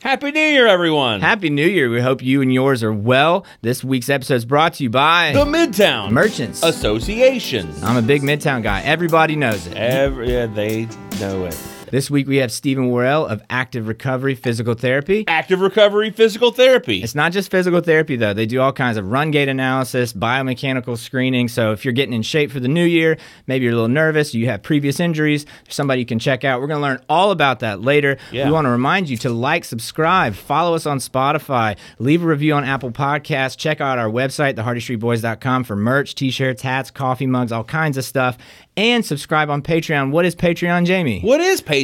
Happy New Year, everyone. Happy New Year. We hope you and yours are well. This week's episode is brought to you by the Midtown Merchants. Association. I'm a big Midtown guy. Everybody knows it. Every, yeah, they know it. This week we have Stephen Worrell of Active Recovery Physical Therapy. Active recovery physical therapy. It's not just physical therapy though. They do all kinds of run gait analysis, biomechanical screening. So if you're getting in shape for the new year, maybe you're a little nervous, you have previous injuries, there's somebody you can check out. We're going to learn all about that later. Yeah. We want to remind you to like, subscribe, follow us on Spotify, leave a review on Apple Podcasts, check out our website thehardystreetboys.com for merch, t-shirts, hats, coffee mugs, all kinds of stuff, and subscribe on Patreon. What is Patreon, Jamie? What is Patreon?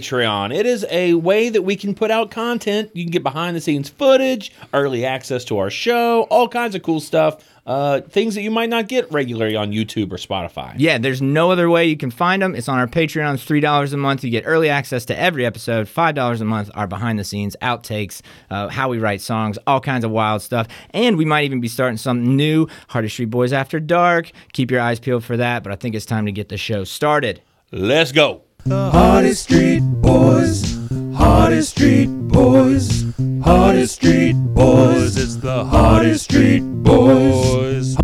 It is a way that we can put out content. You can get behind the scenes footage, early access to our show, all kinds of cool stuff. Uh, things that you might not get regularly on YouTube or Spotify. Yeah, there's no other way you can find them. It's on our Patreon. It's $3 a month. You get early access to every episode. $5 a month are behind the scenes, outtakes, uh, how we write songs, all kinds of wild stuff. And we might even be starting something new Heart of Street Boys After Dark. Keep your eyes peeled for that, but I think it's time to get the show started. Let's go. Hardest Street Boys, Hardest Street Boys, Hardest Street Boys. It's the Hardest Street Boys.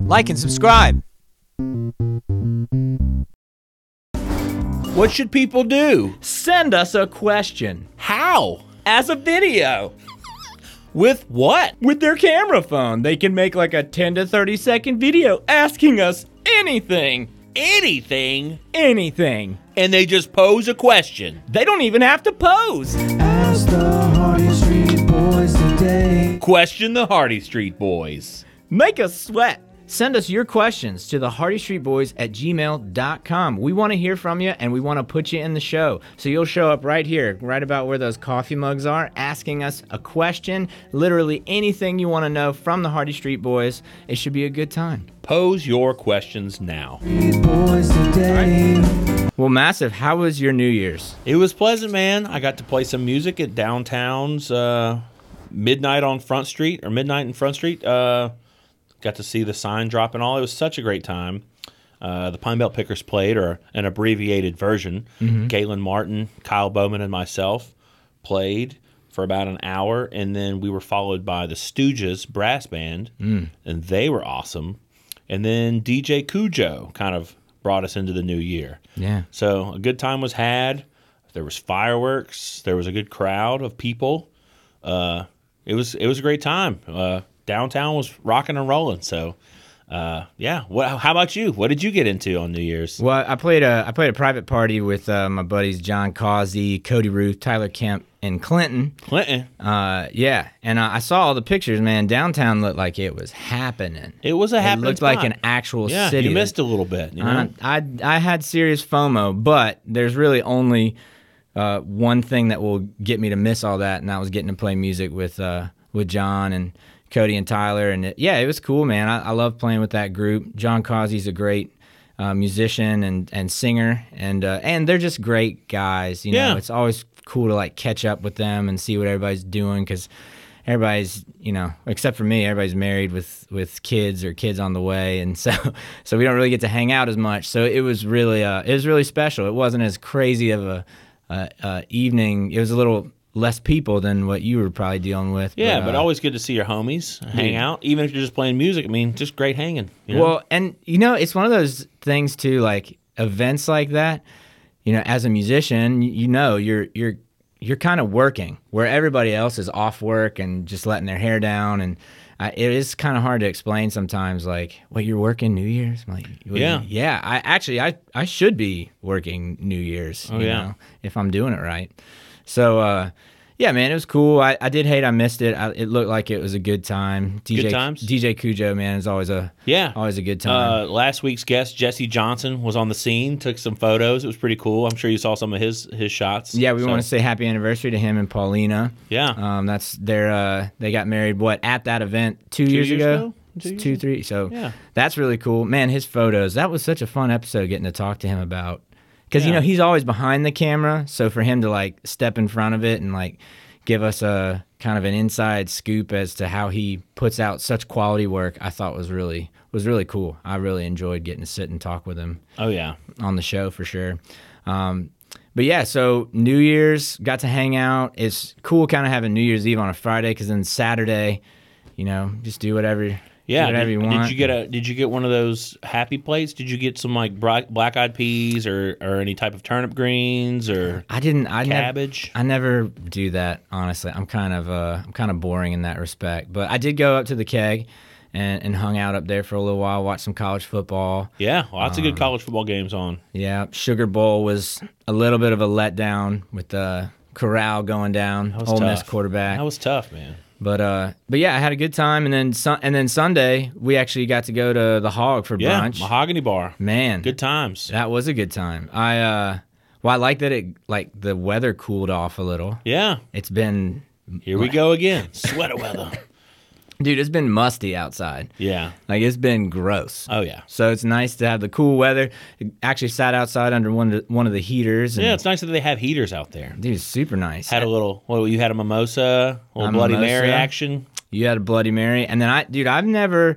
Like and subscribe. What should people do? Send us a question How? as a video With what? with their camera phone. They can make like a 10 to 30 second video asking us anything. Anything. Anything. And they just pose a question. They don't even have to pose. Ask the Hardest Street Boys today. Question the Hardy Street Boys. Make us sweat. Send us your questions to the Hardy Street Boys at gmail.com. We want to hear from you and we want to put you in the show. So you'll show up right here, right about where those coffee mugs are, asking us a question, literally anything you want to know from the Hardy Street Boys. It should be a good time. Pose your questions now. Street Boys today. Well, Massive, how was your New Year's? It was pleasant, man. I got to play some music at downtown's uh, midnight on Front Street or midnight in Front Street. Uh, got to see the sign drop and all. It was such a great time. Uh, the Pine Belt Pickers played, or an abbreviated version. Galen Martin, Kyle Bowman, and myself played for about an hour, and then we were followed by the Stooges brass band, and they were awesome. And then DJ Cujo kind of brought us into the new year. Yeah. So a good time was had. There was fireworks. There was a good crowd of people. Uh, it was it was a great time. Uh, downtown was rocking and rolling. So uh, yeah. What, how about you? What did you get into on New Year's? Well, I played a I played a private party with uh, my buddies John Causey, Cody Ruth, Tyler Kemp, and Clinton. Clinton. Uh, yeah, and I, I saw all the pictures, man. Downtown looked like it was happening. It was a It happening looked like spot. an actual yeah. city. Uh-huh. You missed a little bit. You know? I, I I had serious FOMO, but there's really only uh, one thing that will get me to miss all that, and that was getting to play music with uh, with John and Cody and Tyler, and it, yeah, it was cool, man. I, I love playing with that group. John Causey's a great uh, musician and and singer, and uh, and they're just great guys. You Yeah. know, it's always cool to like catch up with them and see what everybody's doing because. Everybody's, you know, except for me, everybody's married with with kids or kids on the way, and so so we don't really get to hang out as much. So it was really uh, it was really special. It wasn't as crazy of a uh, uh, evening. It was a little less people than what you were probably dealing with. yeah, but, uh, always good to see your homies hang Yeah. out, even if you're just playing music. I mean, just great hanging. you know? Well, and you know, it's one of those things too, like events like that. You know, as a musician, y- you know you're you're you're kind of working where everybody else is off work and just letting their hair down, and I, it is kind of hard to explain sometimes. Like, what you're working New Year's? I'm like, what do you- Yeah. yeah. I actually I I should be working New Year's. you Oh, yeah. know, if I'm doing it right. So. uh yeah, man, it was cool. I, I did hate I missed it. I, it looked like it was a good time. DJ times? DJ Cujo, man, oh, is always a yeah. Always a good time. Uh, last week's guest, Jesse Johnson, was on the scene, took some photos. It was pretty cool. I'm sure you saw some of his his shots. yeah, we So, want to say happy anniversary to him and Paulina. Yeah. Um, that's their uh, they got married what at that event two, years, years ago, ago? It's Two two, years ago? three. So Yeah. that's really cool, man. His photos that was such a fun episode getting to talk to him about because you Yeah. know he's always behind the camera, so for him to like step in front of it and like give us a kind of an inside scoop as to how he puts out such quality work, I thought was really was really cool. I really enjoyed getting to sit and talk with him. oh yeah. on the show for sure. Um, But yeah, so New Year's got to hang out. It's cool, kind of having New Year's Eve on a Friday because then Saturday, you know, just do whatever. do Yeah, whatever did, you want. did you get a? Did you get one of those happy plates? Did you get some like black black eyed peas or or any type of turnip greens or I didn't. I never. cabbage? I never do that honestly. I'm kind of uh, I'm kind of boring in that respect. But I did go up to the keg, and, and hung out up there for a little while, watched some college football. yeah, lots of Um, good college football games on. Yeah, Sugar Bowl was a little bit of a letdown with the Corral going down, That was Ole Miss tough. quarterback. That was tough, man. But uh, but yeah, I had a good time, and then sun- and then Sunday we actually got to go to the Hog for Yeah, brunch. mahogany bar. Man, Good times. that was a good time. I uh, well, I like that it like the weather cooled off a little. Yeah, It's been here we go again. Sweater weather. dude, it's been musty outside. Yeah. Like it's been gross. Oh yeah. So it's nice to have the cool weather. Actually, sat outside under one of the, one of the heaters. And, Yeah, it's nice that they have heaters out there. dude, it's super nice. Had a little. Well, you had a mimosa, a little Bloody mimosa. Mary action. You had a Bloody Mary, and then I, dude, I've never,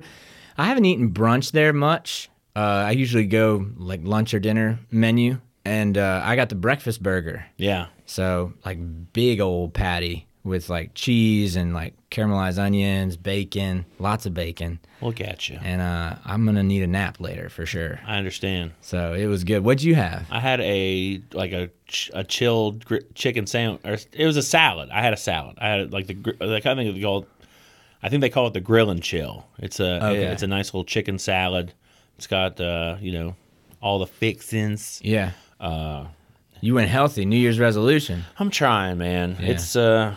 I haven't eaten brunch there much. Uh, I usually go like lunch or dinner menu, and uh, I got the breakfast burger. Yeah. So like big old patty with like cheese and like caramelized onions, bacon, lots of bacon, Look at you. and uh, I'm gonna need a nap later for sure. I understand. So it was good. What'd you have? I had a like a ch- a chilled gr- chicken sandwich. Or it was a salad. I had a salad. I had like the gr- like I think they call it, I think they call it the grill and chill. It's a Okay. it's a nice little chicken salad. It's got uh, you know all the fixins. Yeah. Uh, you went healthy. New Year's resolution. I'm trying, man. Yeah. It's uh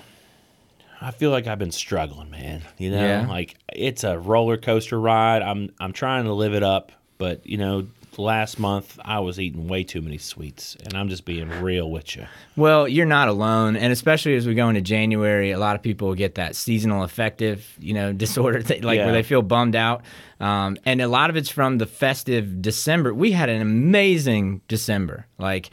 I feel like I've been struggling, man. You know, Yeah. like it's a roller coaster ride. I'm I'm trying to live it up, but you know, last month I was eating way too many sweets, and I'm just being real with you. Well, you're not alone, and especially as we go into January, a lot of people get that seasonal affective, you know, disorder, thing, like Yeah. where they feel bummed out, um, and a lot of it's from the festive December. We had an amazing December, like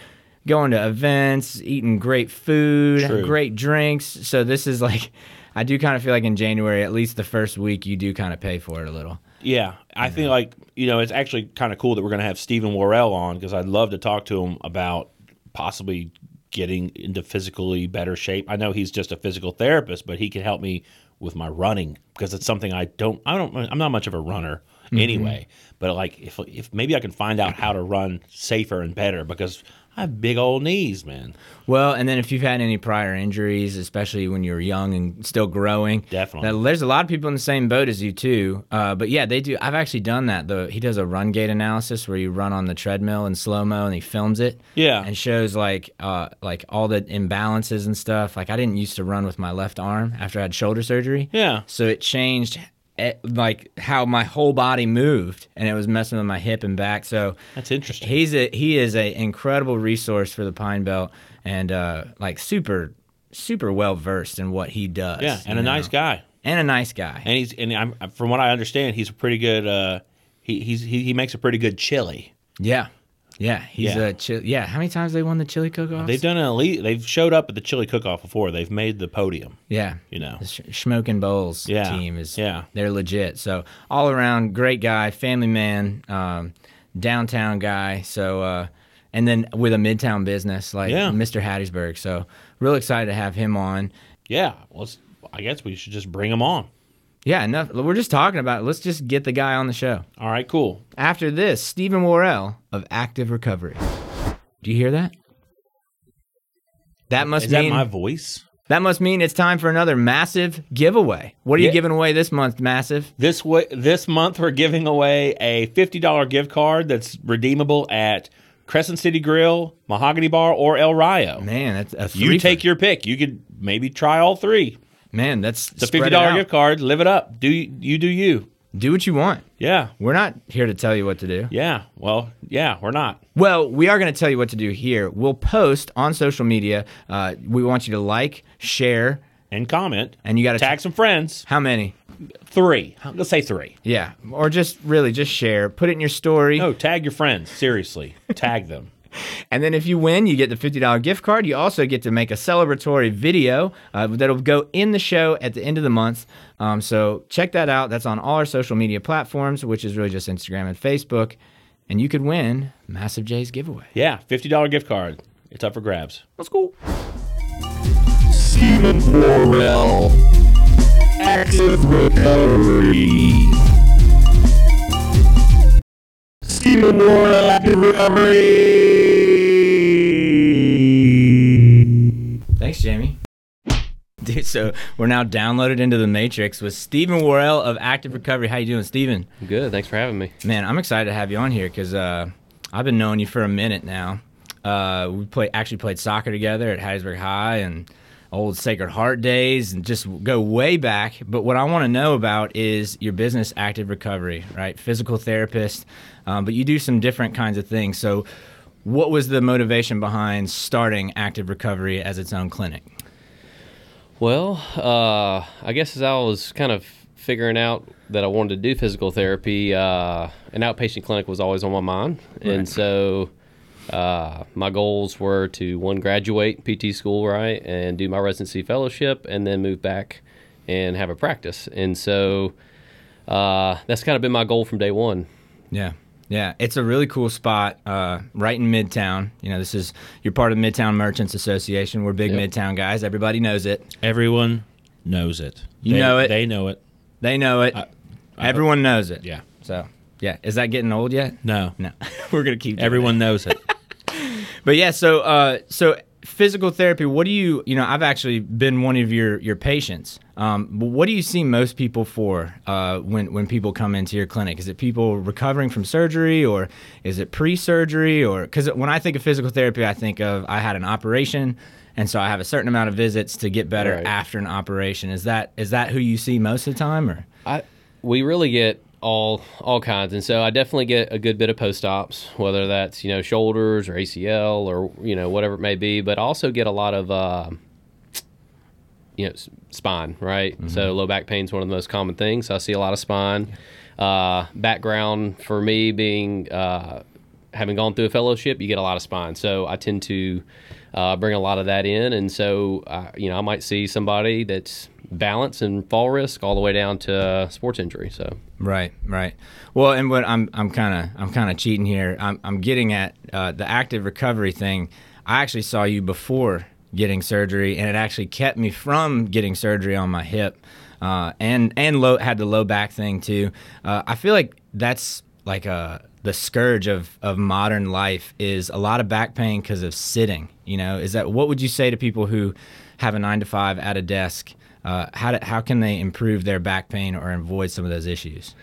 going to events, eating great food, True. great drinks. So this is like, I do kind of feel like in January, at least the first week, you do kind of pay for it a little. Yeah, I think like you know it's actually kind of cool that we're going to have Stephen Worrell on because I'd love to talk to him about possibly getting into physically better shape. I know he's just a physical therapist, but he can help me with my running because it's something I don't I don't I'm not much of a runner anyway. But like if if maybe I can find out how to run safer and better because I have big old knees, man. Well, and then if you've had any prior injuries, especially when you're young and still growing, Definitely. that- there's a lot of people in the same boat as you too. Uh, but yeah, they do. I've actually done that. though. he does a run gait analysis where you run on the treadmill in slow mo and he films it. Yeah. and shows like uh, like all the imbalances and stuff. Like I didn't used to run with my left arm after I had shoulder surgery. Yeah. So it changed eh, like how my whole body moved, and it was messing with my hip and back. So That's interesting. He's a he is a incredible resource for the Pine Belt and uh, like super super well versed in what he does. Yeah, and you a know? nice guy. and a nice guy. And he's and I'm from what I understand, he's a pretty good uh he he's he, he makes a pretty good chili. yeah, yeah, he's Yeah. a chill. Yeah, how many times they won the chili cook-offs? They've done an elite. They've showed up at the chili cook-off before. They've made the podium. yeah, You know. The Sh- Schmoke and Bowls Yeah, team is yeah. they're legit. So all around great guy, family man, um, downtown guy. So uh, and then with a midtown business like Yeah. Mr. Hattiesburg. So real excited to have him on. Yeah. Well, it's- I guess we should just bring them on. Yeah, enough. We're just talking about. It. Let's just get the guy on the show. All right. Cool. After this, Stephen Worrell of Active Recovery. Do you hear that? That must Is mean that my voice? that must mean it's time for another massive giveaway. What are you Yeah. giving away this month, massive? This way, this month we're giving away a fifty dollar gift card that's redeemable at Crescent City Grill, Mahogany Bar, or El Rio. Man, that's a you three take your pick. You could maybe try all three. man. That's It's a fifty dollar gift card. Live it up. Do you, you do you? Do what you want. Yeah. We're not here to tell you what to do. Yeah. Well. Yeah. We're not. Well, we are going to tell you what to do here. We'll post on social media. Uh, we want you to like, share. And comment. And you gotta- tag some friends. How many? Three. Let's say three. Yeah, or just really just share. Put it in your story. No, tag your friends. Seriously, tag them. And then if you win, you get the $50 gift card. You also get to make a celebratory video uh, that'll go in the show at the end of the month. Um, so check that out. That's on all our social media platforms, which is really just Instagram and Facebook. And you could win Massive J's giveaway. Yeah, fifty dollar gift card. It's up for grabs. Let's go. Stephen Worrell. Active recovery. Stephen Worrell, active recovery. Thanks, Jamie. Dude, so we're now downloaded into the Matrix with Stephen Worrell of Active Recovery. How you doing, Stephen? Good. Thanks for having me. Man, I'm excited to have you on here because uh, I've been knowing you for a minute now. Uh, we play actually played soccer together at Hattiesburg High and old Sacred Heart days, and just go way back. But what I want to know about is your business, Active Recovery, right? Physical therapist, um, but you do some different kinds of things. So, what was the motivation behind starting Active Recovery as its own clinic? Well, uh, I guess as I was kind of figuring out that I wanted to do physical therapy, uh, an outpatient clinic was always on my mind, and so uh, my goals were to one graduate PT school, right, and do my residency fellowship, and then move back and have a practice, and so uh, that's kind of been my goal from day one. Yeah. Yeah. It's a really cool spot uh, right in Midtown. You know, this is, you're part of Midtown Merchants Association. We're big Yep. Midtown guys. Everybody knows it. Everyone knows it. You They- know it. They know it. They know it. Everyone knows it. Yeah. So, yeah. Is that getting old yet? No. No. We're going to keep doing Everyone knows it. it. But yeah, so, uh, so physical therapy, what do you, you know, I've actually been one of your, your patients. Um, but what do you see most people for uh, when, when people come into your clinic? Is it people recovering from surgery or is it pre surgery? Or because when I think of physical therapy, I think of I had an operation. And so I have a certain amount of visits to get better Right. after an operation. Is that is that who you see most of the time, or I we really get all all kinds, and so I definitely get a good bit of post ops, whether that's you know shoulders or ACL or you know whatever it may be, but I also get a lot of uh, you know s- spine, right? So low back pain is one of the most common things. I see a lot of spine. Uh, background for me being uh, having gone through a fellowship, you get a lot of spine, so I tend to uh, bring a lot of that in, and so uh, you know I might see somebody that's balance and fall risk all the way down to uh, sports injury. So Right, right. Well, and what I'm I'm kind of I'm kind of cheating here. I'm I'm getting at uh, the active recovery thing. I actually saw you before getting surgery, and it actually kept me from getting surgery on my hip, uh, and and low had the low back thing too. Uh, I feel like that's like a the scourge of of modern life is a lot of back pain because of sitting. You know, is that what would you say to people who have a nine to five at a desk? Uh, how do, how can they improve their back pain or avoid some of those issues?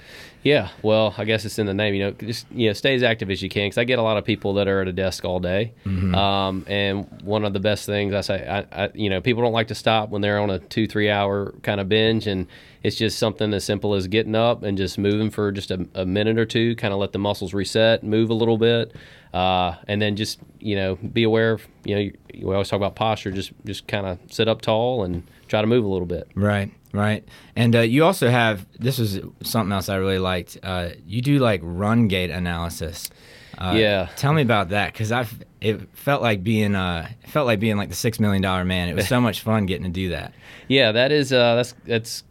yeah, well, I guess it's in the name. You know, just you know, stay as active as you can. Because I get a lot of people that are at a desk all day. Um, and one of the best things I say, I, I you know, people don't like to stop when they're on a two three hour kind of binge, and it's just something as simple as getting up and just moving for just a, a minute or two, kind of let the muscles reset, move a little bit. Uh, and then just you know be aware of you know you, we always talk about posture just just kind of sit up tall and try to move a little bit Right, right. And uh, you also have this is something else I really liked. Uh, you do like run gait analysis. Uh, Yeah. Tell me about that because I've it felt like being uh it felt like being like the six million dollar man. It was so much fun getting to do that. Yeah, that is uh, that's that's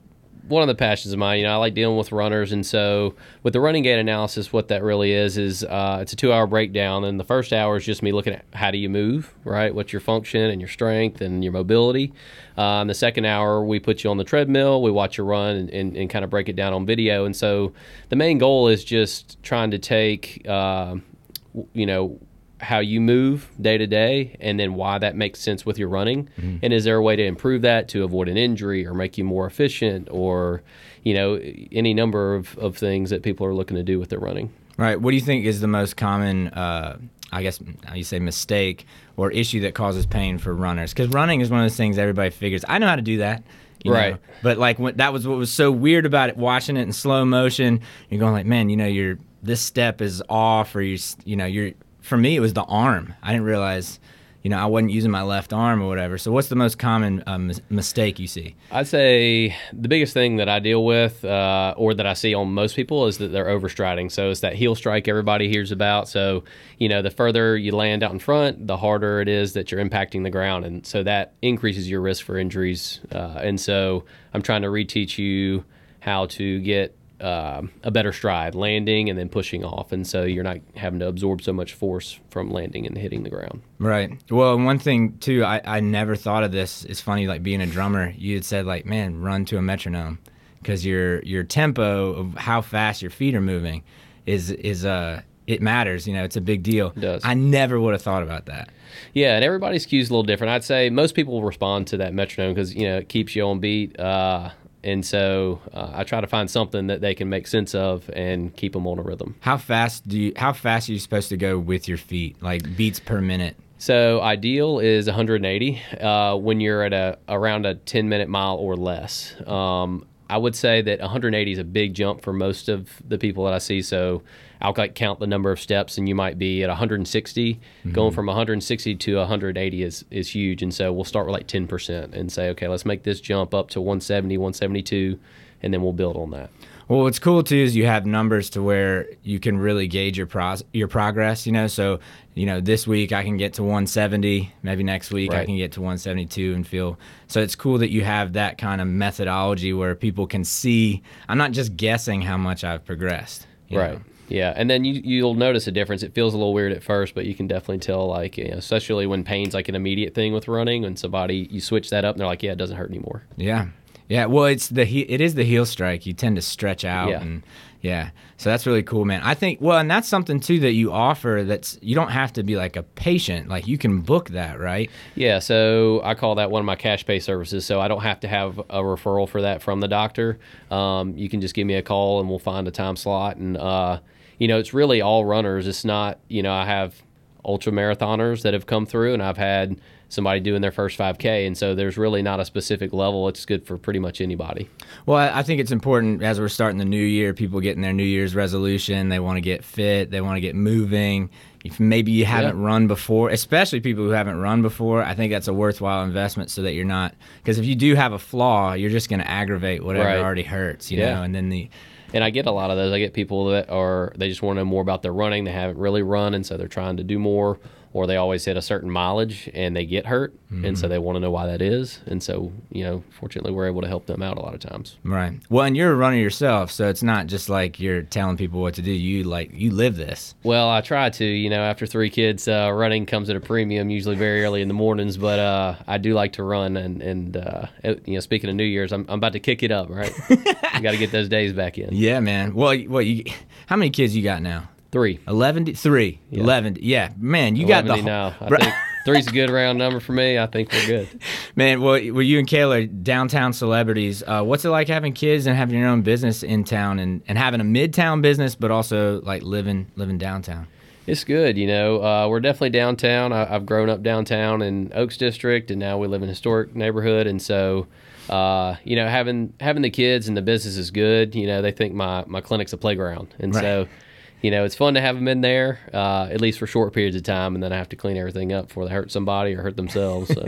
one of the passions of mine. You know, I like dealing with runners, and so with the running gait analysis, what that really is is uh, it's a two-hour breakdown, and the first hour is just me looking at how do you move, right? What's your function and your strength and your mobility. Um, the second hour, we put you on the treadmill, we watch you run, and, and, and kind of break it down on video. And so the main goal is just trying to take. Uh, w- you know how you move day to day and then why that makes sense with your running and is there a way to improve that to avoid an injury or make you more efficient or you know any number of, of things that people are looking to do with their running Right. What do you think is the most common? Uh, I guess how you say mistake or issue that causes pain for runners because running is one of those things everybody figures. I know how to do that. you Right. know, But like when, that was what was so weird about it, watching it in slow motion. You're going like, man, you know, your this step is off, or you, s- you know, you're. For me, it was the arm. I didn't realize, you know, I wasn't using my left arm or whatever. So, what's the most common um, mis- mistake you see? I'd say the biggest thing that I deal with, uh, or that I see on most people, is that they're overstriding. So it's that heel strike everybody hears about. So you know, the further you land out in front, the harder it is that you're impacting the ground, and so that increases your risk for injuries. Uh, and so I'm trying to reteach you how to get um a better stride, landing and then pushing off, and so you're not having to absorb so much force from landing and hitting the ground. Right. Well, and one thing too, I, I never thought of this. It's funny, like being a drummer, you had said like, man, run to a metronome, because your your tempo of how fast your feet are moving, is is uh it matters. You know, it's a big deal. does. I never would have thought about that. Yeah, and everybody's cues a little different. I'd say most people respond to that metronome because you know it keeps you on beat. Uh, and so uh, I try to find something that they can make sense of and keep them on a rhythm. How fast do you? How fast are you supposed to go with your feet? Like beats per minute. So ideal is 180 uh, when you're at a around a 10 minute mile or less. Um, I would say that 180 is a big jump for most of the people that I see. So I'll like count the number of steps, and you might be at 160. Going from 160 to 180 is is huge, and so we'll start with like 10 percent and say, okay, let's make this jump up to 170, 172, and then we'll build on that. Well, what's cool too is you have numbers to where you can really gauge your pro- your progress. You know, so you know this week I can get to 170. Maybe next week I Right. can get to 172 and feel. So it's cool that you have that kind of methodology where people can see. I'm not just guessing how much I've progressed. you know. Right. Yeah, and then you you'll notice a difference. It feels a little weird at first, but you can definitely tell, like, you know, especially when pain's like an immediate thing with running. When somebody you switch that up, and they're like, "Yeah, it doesn't hurt anymore." Yeah. Yeah. Well, it's the he- it is the heel strike. You tend to stretch out Yeah. and yeah. So that's really cool, man. I think well, and that's something too that you offer. That's you don't have to be like a patient. Like you can book that, right? Yeah, so I call that one of my cash pay services. So I don't have to have a referral for that from the doctor. Um, you can just give me a call, and we'll find a time slot. And uh, you know, it's really all runners. It's not you know I have ultra marathoners that have come through, and I've had somebody doing their first 5K, and so there's really not a specific level. It's good for pretty much anybody. Well, I I think it's important as we're starting the new year, people getting their New Year's resolution. They want to get fit, they want to get moving. If maybe you haven't run before, especially people who haven't run before, I think that's a worthwhile investment so that you're not. Because if you do have a flaw, you're just going to aggravate whatever Right. already hurts, you Yeah. know? And then the. And I get a lot of those. I get people that are they just want to know more about their running. They haven't really run, and so they're trying to do more. Or they always hit a certain mileage and they get hurt, and Mm-hmm. so they want to know why that is. And so you know, fortunately, we're able to help them out a lot of times. Right. Well, and you're a runner yourself, so it's not just like you're telling people what to do. You like you live this. Well, I try to. You know, after three kids, uh, running comes at a premium, usually very early in the mornings. But uh, I do like to run, and and uh, it- you know, speaking of New Year's, I'm, I'm about to kick it up. Right, got to get those days back in. Yeah, man. Well, you- what you? How many kids you got now? Three. Eleven, d- three, eleven. Yeah, man, you got the. 11 now. whole- I Bru- think three's a good round number for me. I think we're good. Man, well, well, you and Kayla are downtown celebrities. Uh, what's it like having kids and having your own business in town and, and having a midtown business, but also like living living downtown? It's good, you know. Uh, we're definitely downtown. I, I've grown up downtown in Oaks District, and now we live in a historic neighborhood. And so, uh, you know, having having the kids and the business is good. You know, they think my my clinic's a playground, and so, you know, it's fun to have them in there uh, at least for short periods of time, and then I have to clean everything up before they hurt somebody or hurt themselves. So.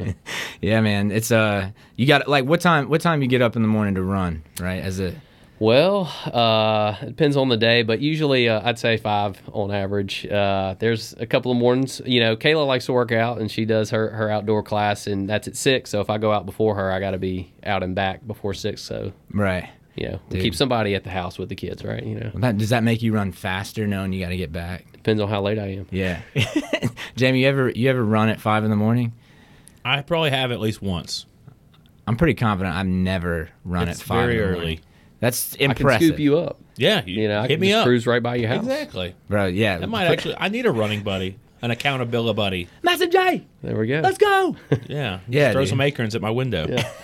Yeah, man, it's uh, you got like what time? What time you get up in the morning to run? Right, as a Well, uh, it depends on the day, but usually uh, I'd say five on average. Uh, there's a couple of mornings, you know, Kayla likes to work out and she does her, her outdoor class, and that's at six. So if I go out before her, I got to be out and back before six. So, right. you know, we keep somebody at the house with the kids, right? You know, That, does that make you run faster knowing you got to get back? depends on how late I am. Yeah. Jamie, you ever you ever run at five in the morning? I probably have at least once. I'm pretty confident I've never run It's at five. very in the early. morning. That's I can scoop impressive, you up. Yeah, You know, I hit can me just up. cruise right by your house. Exactly. bro. Yeah, That might actually. I need a running buddy, an accountability buddy. Massive J. There we go. Let's go. Yeah. Just Yeah, Throw dude. some acorns at my window. Yeah.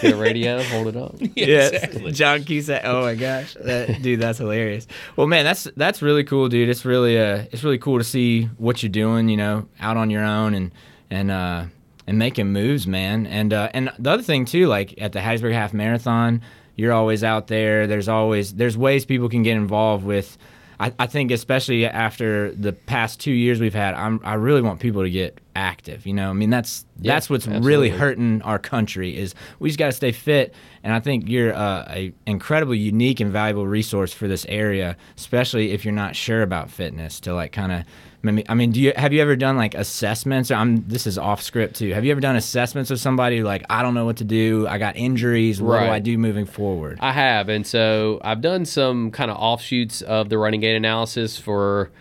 Get a radio, hold it up. Exactly. John Cusack. Oh my gosh, that, dude, that's hilarious. Well, man, that's that's really cool, dude. It's really uh, it's really cool to see what you're doing, you know, out on your own and and uh, and making moves, man. And uh, and the other thing too, like at the Hattiesburg Half Marathon, you're always out there. There's always there's ways people can get involved with. I, I think especially after the past two years we've had, I'm, I really want people to get active. You know, I mean that's Yeah, that's what's really absolutely. hurting our country is we just got to stay fit. And I think you're uh, a incredibly unique and valuable resource for this area, especially if you're not sure about fitness to like kind of. I mean, do you have you ever done like assessments? Or I'm this is off script too. Have you ever done assessments of somebody like I don't know what to do? I got injuries. What do Right. I do moving forward? I have, and so I've done some kind of offshoots of the running gait analysis for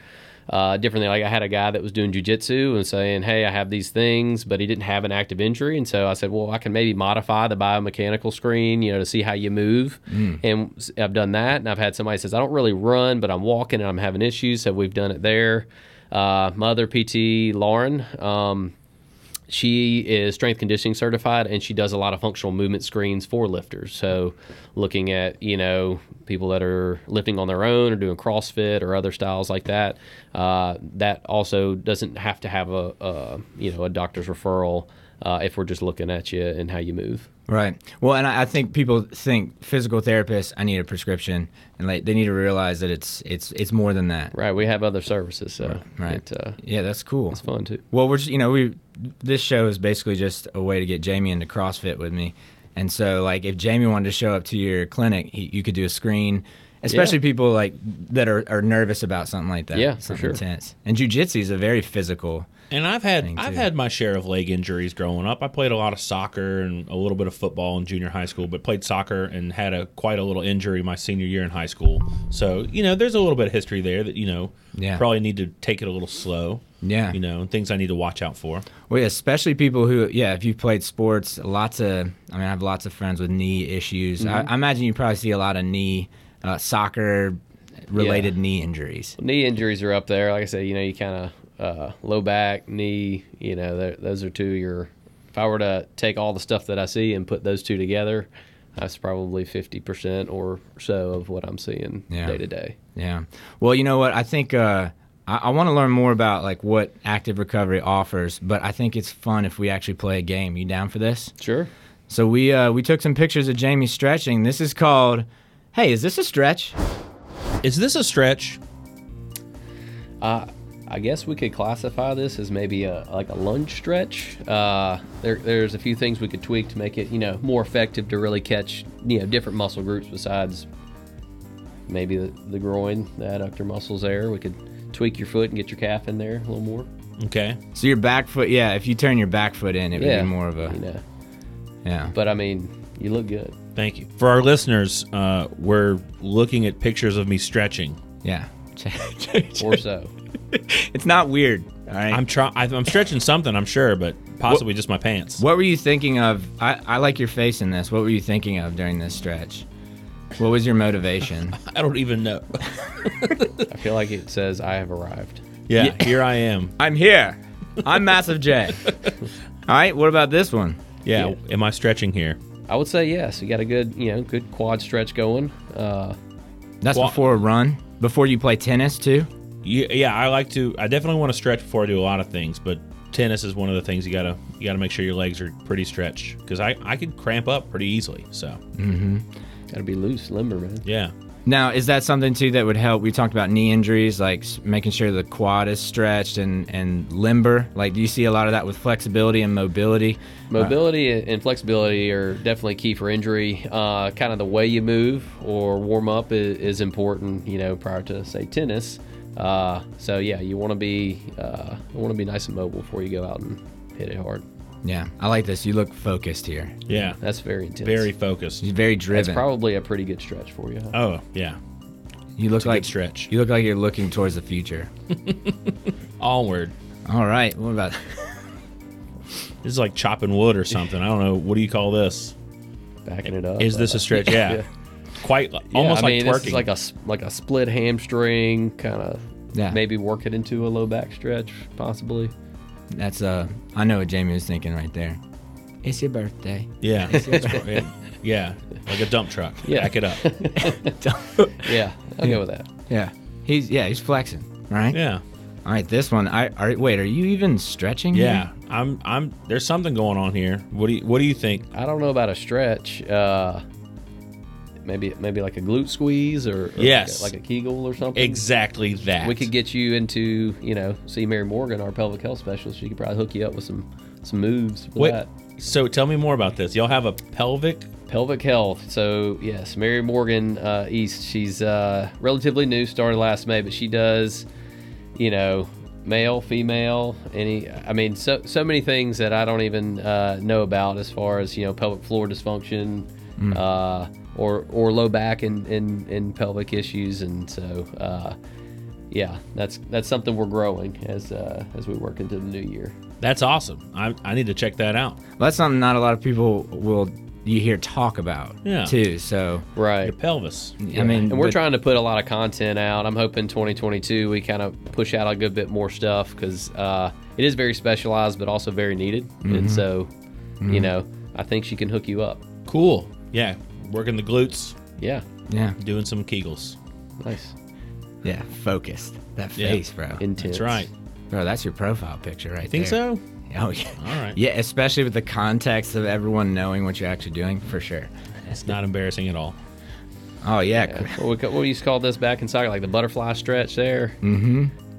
uh, different things. Like I had a guy that was doing jujitsu and saying, "Hey, I have these things," but he didn't have an active injury, and so I said, "Well, I can maybe modify the biomechanical screen, you know, to see how you move." And s- I've done that, and I've had somebody says, "I don't really run, but I'm walking and I'm having issues," so we've done it there. Uh, my other PT, Lauren. Um, she is strength conditioning certified and she does a lot of functional movement screens for lifters so looking at you know people that are lifting on their own or doing crossfit or other styles like that uh, that also doesn't have to have a, a you know a doctor's referral uh, if we're just looking at you and how you move Right. Well, and I, I think people think physical therapists. I need a prescription, and like they need to realize that it's it's it's more than that. right we have other services so Right. it, uh, yeah, that's cool. it's fun too Well, we're just, you know we this show is basically just a way to get Jamie into CrossFit with me, and so like if Jamie wanted to show up to your clinic, he, you could do a screen, especially people like that are, are nervous about something like that. Yeah, for something sure. Intense. And jujitsu is a very physical. And I've had Thing, I've too. had my share of leg injuries growing up. I played a lot of soccer and a little bit of football in junior high school, but played soccer and had a quite a little injury my senior year in high school. So you know, there's a little bit of history there that you know Yeah. probably need to take it a little slow. Yeah. you know, and things I need to watch out for. Well, yeah, especially people who, yeah, if you've played sports, lots of, I mean, I have lots of friends with knee issues. Mm-hmm. I, I imagine you probably see a lot of knee, uh, soccer related knee injuries. knee injuries are up there. Like I said, you know, you kind of uh, low back, knee. You know, th- those are two your. If I were to take all the stuff that I see and put those two together, that's probably fifty percent or so of what I'm seeing Yeah. day to day. Yeah. Well, you know what? I think, uh, I, I want to learn more about like what active recovery offers, but I think it's fun if we actually play a game. You down for this? Sure. So we uh, we took some pictures of Jamie stretching. This is called. Hey, is this a stretch? Is this a stretch? I guess we could classify this as maybe a like a lunge stretch. Uh, there, there's a few things we could tweak to make it, you know, more effective to really catch, you know, different muscle groups besides maybe the, the groin, the adductor muscles there. We could tweak your foot and get your calf in there a little more. Okay, So your back foot, yeah. If you turn your back foot in, it would Yeah, be more of you a know. yeah. But I mean, you look good. thank you for our listeners. Uh, we're looking at pictures of me stretching. Yeah. Or so. it's not weird. All right. I'm trying. I'm stretching something. I'm sure, but possibly just my pants. what were you thinking of? I, I like your face in this. What were you thinking of during this stretch? What was your motivation? I don't even know. I feel like it says I have arrived. Yeah, here I am. I'm here. I'm Massive J. All right. What about this one? yeah, am I stretching here? I would say yes. You got a good, you know, good quad stretch going. Uh, That's Well- before a run. Before you play tennis too. Yeah, yeah, I like to. I definitely want to stretch before I do a lot of things, but tennis is one of the things you gotta you gotta make sure your legs are pretty stretched because I I could cramp up pretty easily. So got to be loose, limber, man. yeah, Now, is that something too that would help? We talked about knee injuries, like s- making sure the quad is stretched and and limber. Like, do you see a lot of that with flexibility and mobility? Mobility and flexibility are definitely key for injury. Uh, kind of the way you move or warm up is, is important, you know, prior to say tennis. Uh, so yeah, you want to be uh, you want to be nice and mobile before you go out and hit it hard. Yeah, I like this. You look focused here. yeah, That's very intense. very focused. You're very driven. That's probably a pretty good stretch for you. huh? Oh yeah, You look good like stretch. You look like you're looking towards the future. onward. All right. What about? This is like chopping wood or something. I don't know. What do you call this? Backing it up. Is uh, this a stretch? Yeah, Yeah. quite Yeah, almost I mean, like this twerking. is like a s- like a split hamstring kind of. Yeah. Maybe work it into a low back stretch, possibly. That's uh. I know what Jamie was thinking right there. It's your birthday. yeah, yeah, yeah, like a dump truck. Yeah. Back it up. Yeah, I'll go with that. Yeah. He's yeah. He's flexing. Right. Yeah. All right. This one. I. All right. Wait. Are you even stretching? here? Yeah, I'm. I'm. There's something going on here. What do you What do you think? I don't know about a stretch. Uh, maybe maybe like a glute squeeze or, or like a- Yes. like a, Kegel or something. Exactly that. We could get you into you know see Mary Morgan, our pelvic health specialist. She could probably hook you up with some some moves with Wait, that. so tell me more about this. Y'all have a pelvic. Pelvic health. So yes, Mary Morgan uh, East. She's uh, relatively new, started last May, but she does, you know, male, female, any. I mean, so so many things that I don't even uh, know about as far as you know pelvic floor dysfunction, uh, or or low back and and, and pelvic issues, and so. Uh, yeah, that's that's something we're growing as uh, as we work into the new year. That's awesome. I, I need to check that out. Well, that's something not a lot of people will you hear talk about Yeah. too. So Right. Mm. Your pelvis. I mean, and we're but- trying to put a lot of content out. I'm hoping 2022 we kind of push out a good bit more stuff because uh, it is very specialized, but also very needed. Mm-hmm. And so, you know, I think she can hook you up. Cool. Yeah. Working the glutes, Yeah, Yeah, doing some Kegels. nice, yeah, focused. That Yeah. face, bro. intense. That's right. bro, that's your profile picture right You think there. so? Oh yeah. All right. Yeah, especially with the context of everyone knowing what you're actually doing, for sure. It's not embarrassing at all. Oh yeah. Yeah. What, we, ca- what we used to call this back in soccer, like the butterfly stretch. There, Mm.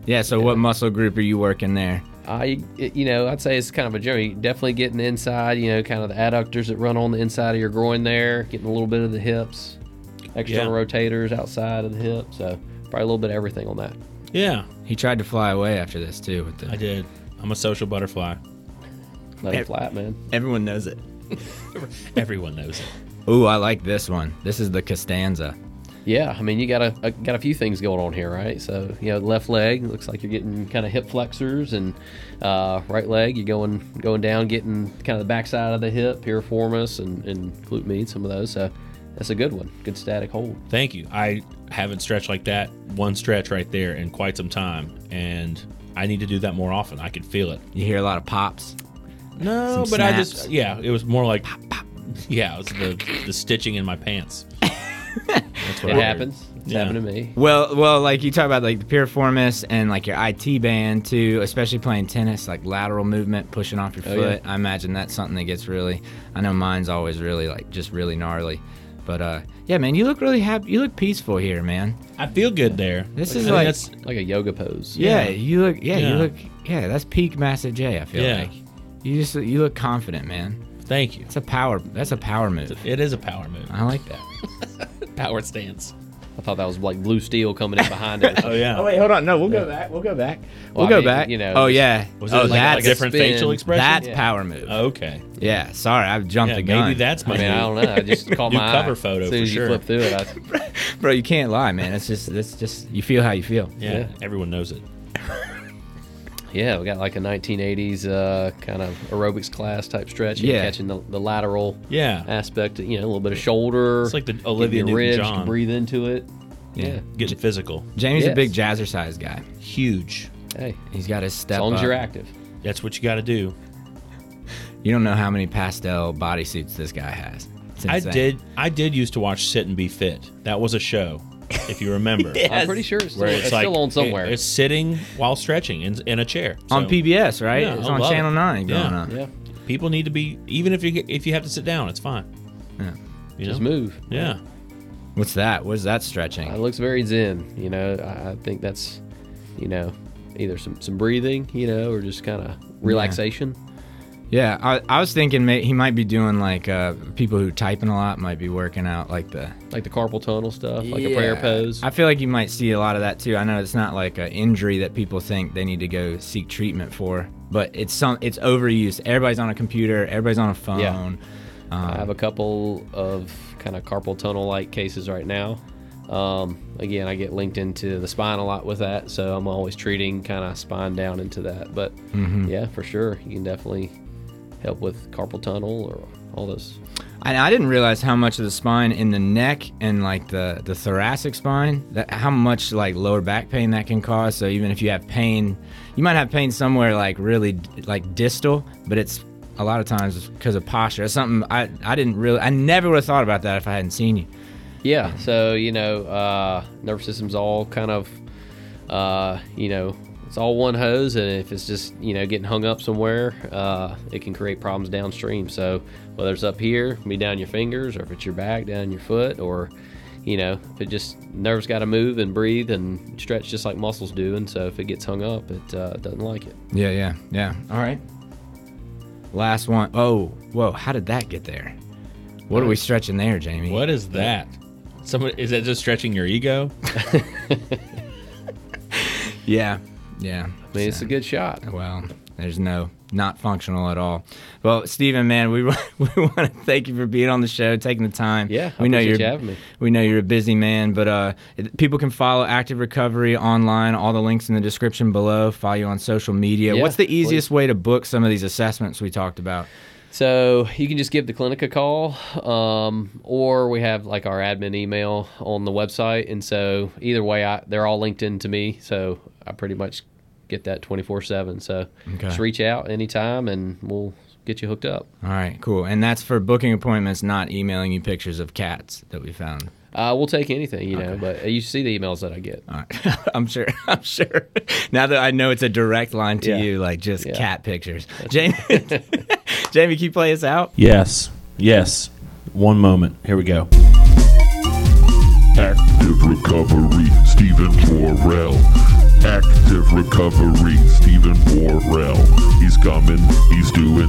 Yeah, so what muscle group are you working there? I, it- you know, I'd say it's kind of a journey. Definitely getting inside. You know, kind of the adductors that run on the inside of your groin there, getting a little bit of the hips, external Yeah. rotators outside of the hip. So probably a little bit of everything on that. Yeah, He tried to fly away after this too with the I did. I'm a social butterfly. Let Ev- it flat, man. Everyone knows it. Everyone knows it. Ooh, I like this one. This is the Costanza. Yeah, I mean, you got a, a got a few things going on here, right? So, you know, left leg looks like you're getting kind of hip flexors, and uh, right leg you're going going down, getting kind of the backside of the hip, piriformis, and and glute med, some of those. So, that's a good one, good static hold. Thank you. I haven't stretched like that one stretch right there in quite some time, and I need to do that more often. I could feel it. You hear a lot of pops. No, Some but I just snaps. yeah, it was more like yeah, it was the the stitching in my pants. That's what It I heard. happens. It's Yeah. happened to me. Well, well, like you talk about like the piriformis and like your IT band too, especially playing tennis, like lateral movement, pushing off your Oh, yeah. foot. I imagine that's something that gets really. I know mine's always really like just really gnarly, but uh, yeah, man, you look really happy. You look peaceful here, man. I feel good there. This I is think like- that's- Like a yoga pose. Yeah, Yeah. you look. Yeah, Yeah. you look. Yeah, that's peak Massive J. I feel Yeah. like you just you look confident, man. thank you. It's a power. That's a power move. It is a power move. I like that. Power stance. I thought that was like blue steel coming in behind it. Oh yeah. wait, hold on. No, we'll go back. We'll go back. We'll, Well, I go mean, back. you know, oh just- yeah. Was it oh, like that's a different spin. facial expression? Oh, that's Yeah. power move. okay. Oh. Yeah, sorry, I've jumped Yeah, the gun. maybe that's my I mean, I move. don't know. I just caught New my cover eye. photo As soon for as sure. you flip through it, I, bro. You can't lie, man. It's just, it's just, you feel how you feel. Yeah, Yeah. everyone knows it. Yeah, we got like a 1980s uh, kind of aerobics class type stretch. You're Yeah. catching the, the lateral Yeah. aspect, you know, a little bit of shoulder. It's like the Give Olivia you a ribs, you can Newton-John. breathe into it. Yeah. Yeah. Getting physical. Jamie's a Yes. big jazzercise guy. Huge. Hey, He's got his step. as long as up. you're active. That's what you got to do. You don't know how many pastel bodysuits this guy has. It's I insane. did. I did used to watch Sit and Be Fit. That was a show, if you remember. I'm pretty sure it's still, Where it's still on somewhere. it- it's sitting while stretching in, in a chair on So PBS, right? Yeah, it was I on love Channel it. Nine growing Yeah. up. yeah, People need to be even if you get- if you have to sit down, it's fine. Yeah. You just know? move. Yeah, What's that? What is that Uh, It stretching? looks very zen. You know, I, I think that's, you know, either some, some breathing, you know, or just kind of relaxation. Yeah, I, I was thinking may, he might be doing like uh, people who typing a lot might be working out like the Like the carpal tunnel stuff, like a prayer Yeah. pose. I feel like you might see a lot of that too. I know it's not like an injury that people think they need to go seek treatment for, but it's some it's overuse. Everybody's on a computer, everybody's on a phone. I have a couple of kind of carpal tunnel like cases right now. Um, again, I get linked into the spine a lot with that, so I'm always treating kind of spine down into that. But yeah, for sure, you can definitely help with carpal tunnel or all those. And I didn't realize how much of the spine in the neck and like the the thoracic spine, that how much like lower back pain that can cause. So even if you have pain, you might have pain somewhere like really like distal, but it's a lot of times because of posture. It's something I I didn't really I never would have thought about that if I hadn't seen you. Yeah, so you know, uh, nervous system's all kind of, uh, you know, It's all one hose, and if it's just you know getting hung up somewhere, uh, it can create problems downstream. So whether it's up here, be down your fingers, or if it's your back, down your foot, or you know if it just nerves got to move and breathe and stretch just like muscles do. And so if it gets hung up, it uh, doesn't like it. Yeah, yeah, yeah. All right. Last one. Oh, whoa! How did that get there? What are we stretching there, Jamie? What is that? Someone is that just stretching your ego? Yeah, yeah. I mean, it's a good shot. Well, there's no not functional at all. Well, Stephen, man, we wa- we want to thank you for being on the show, taking the time. Yeah, I we know appreciate you're you having me. we know you're a busy man, but uh, it- people can follow Active Recovery online. All the links in the description below. Follow you on social media. Yeah, What's the please. easiest way to book some of these assessments we talked about? So you can just give the clinic a call, um, or we have like our admin email on the website, and so either way, I, they're all linked in to me, so I pretty much get that twenty four seven. So just reach out anytime, and we'll get you hooked up. All right, cool. And that's for booking appointments, not emailing you pictures of cats that we found. Uh, we'll take anything, you know, but you see the emails that I get. All right. I'm sure. I'm sure. Now that I know it's a direct line to Yeah. you, like just Yeah. cat pictures. Jamie, Jamie, can you play us out? Yes. Yes. One moment. Here we go. Active Recovery, Stephen Morrell. Active Recovery, Stephen Morrell. He's coming, he's doing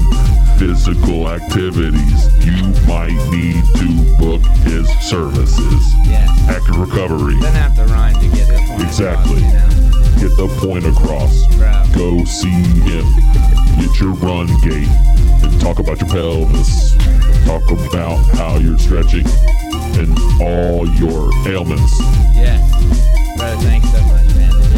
physical activities. You might need to book his services. Yes. Active Recovery, Doesn't have to rhyme to get the point. Exactly. across, you know? get the point across. Right. Go see him. Get your run gait. And talk about your pelvis. Talk about how you're stretching and all your ailments. Yes. Brother, thanks so much, man.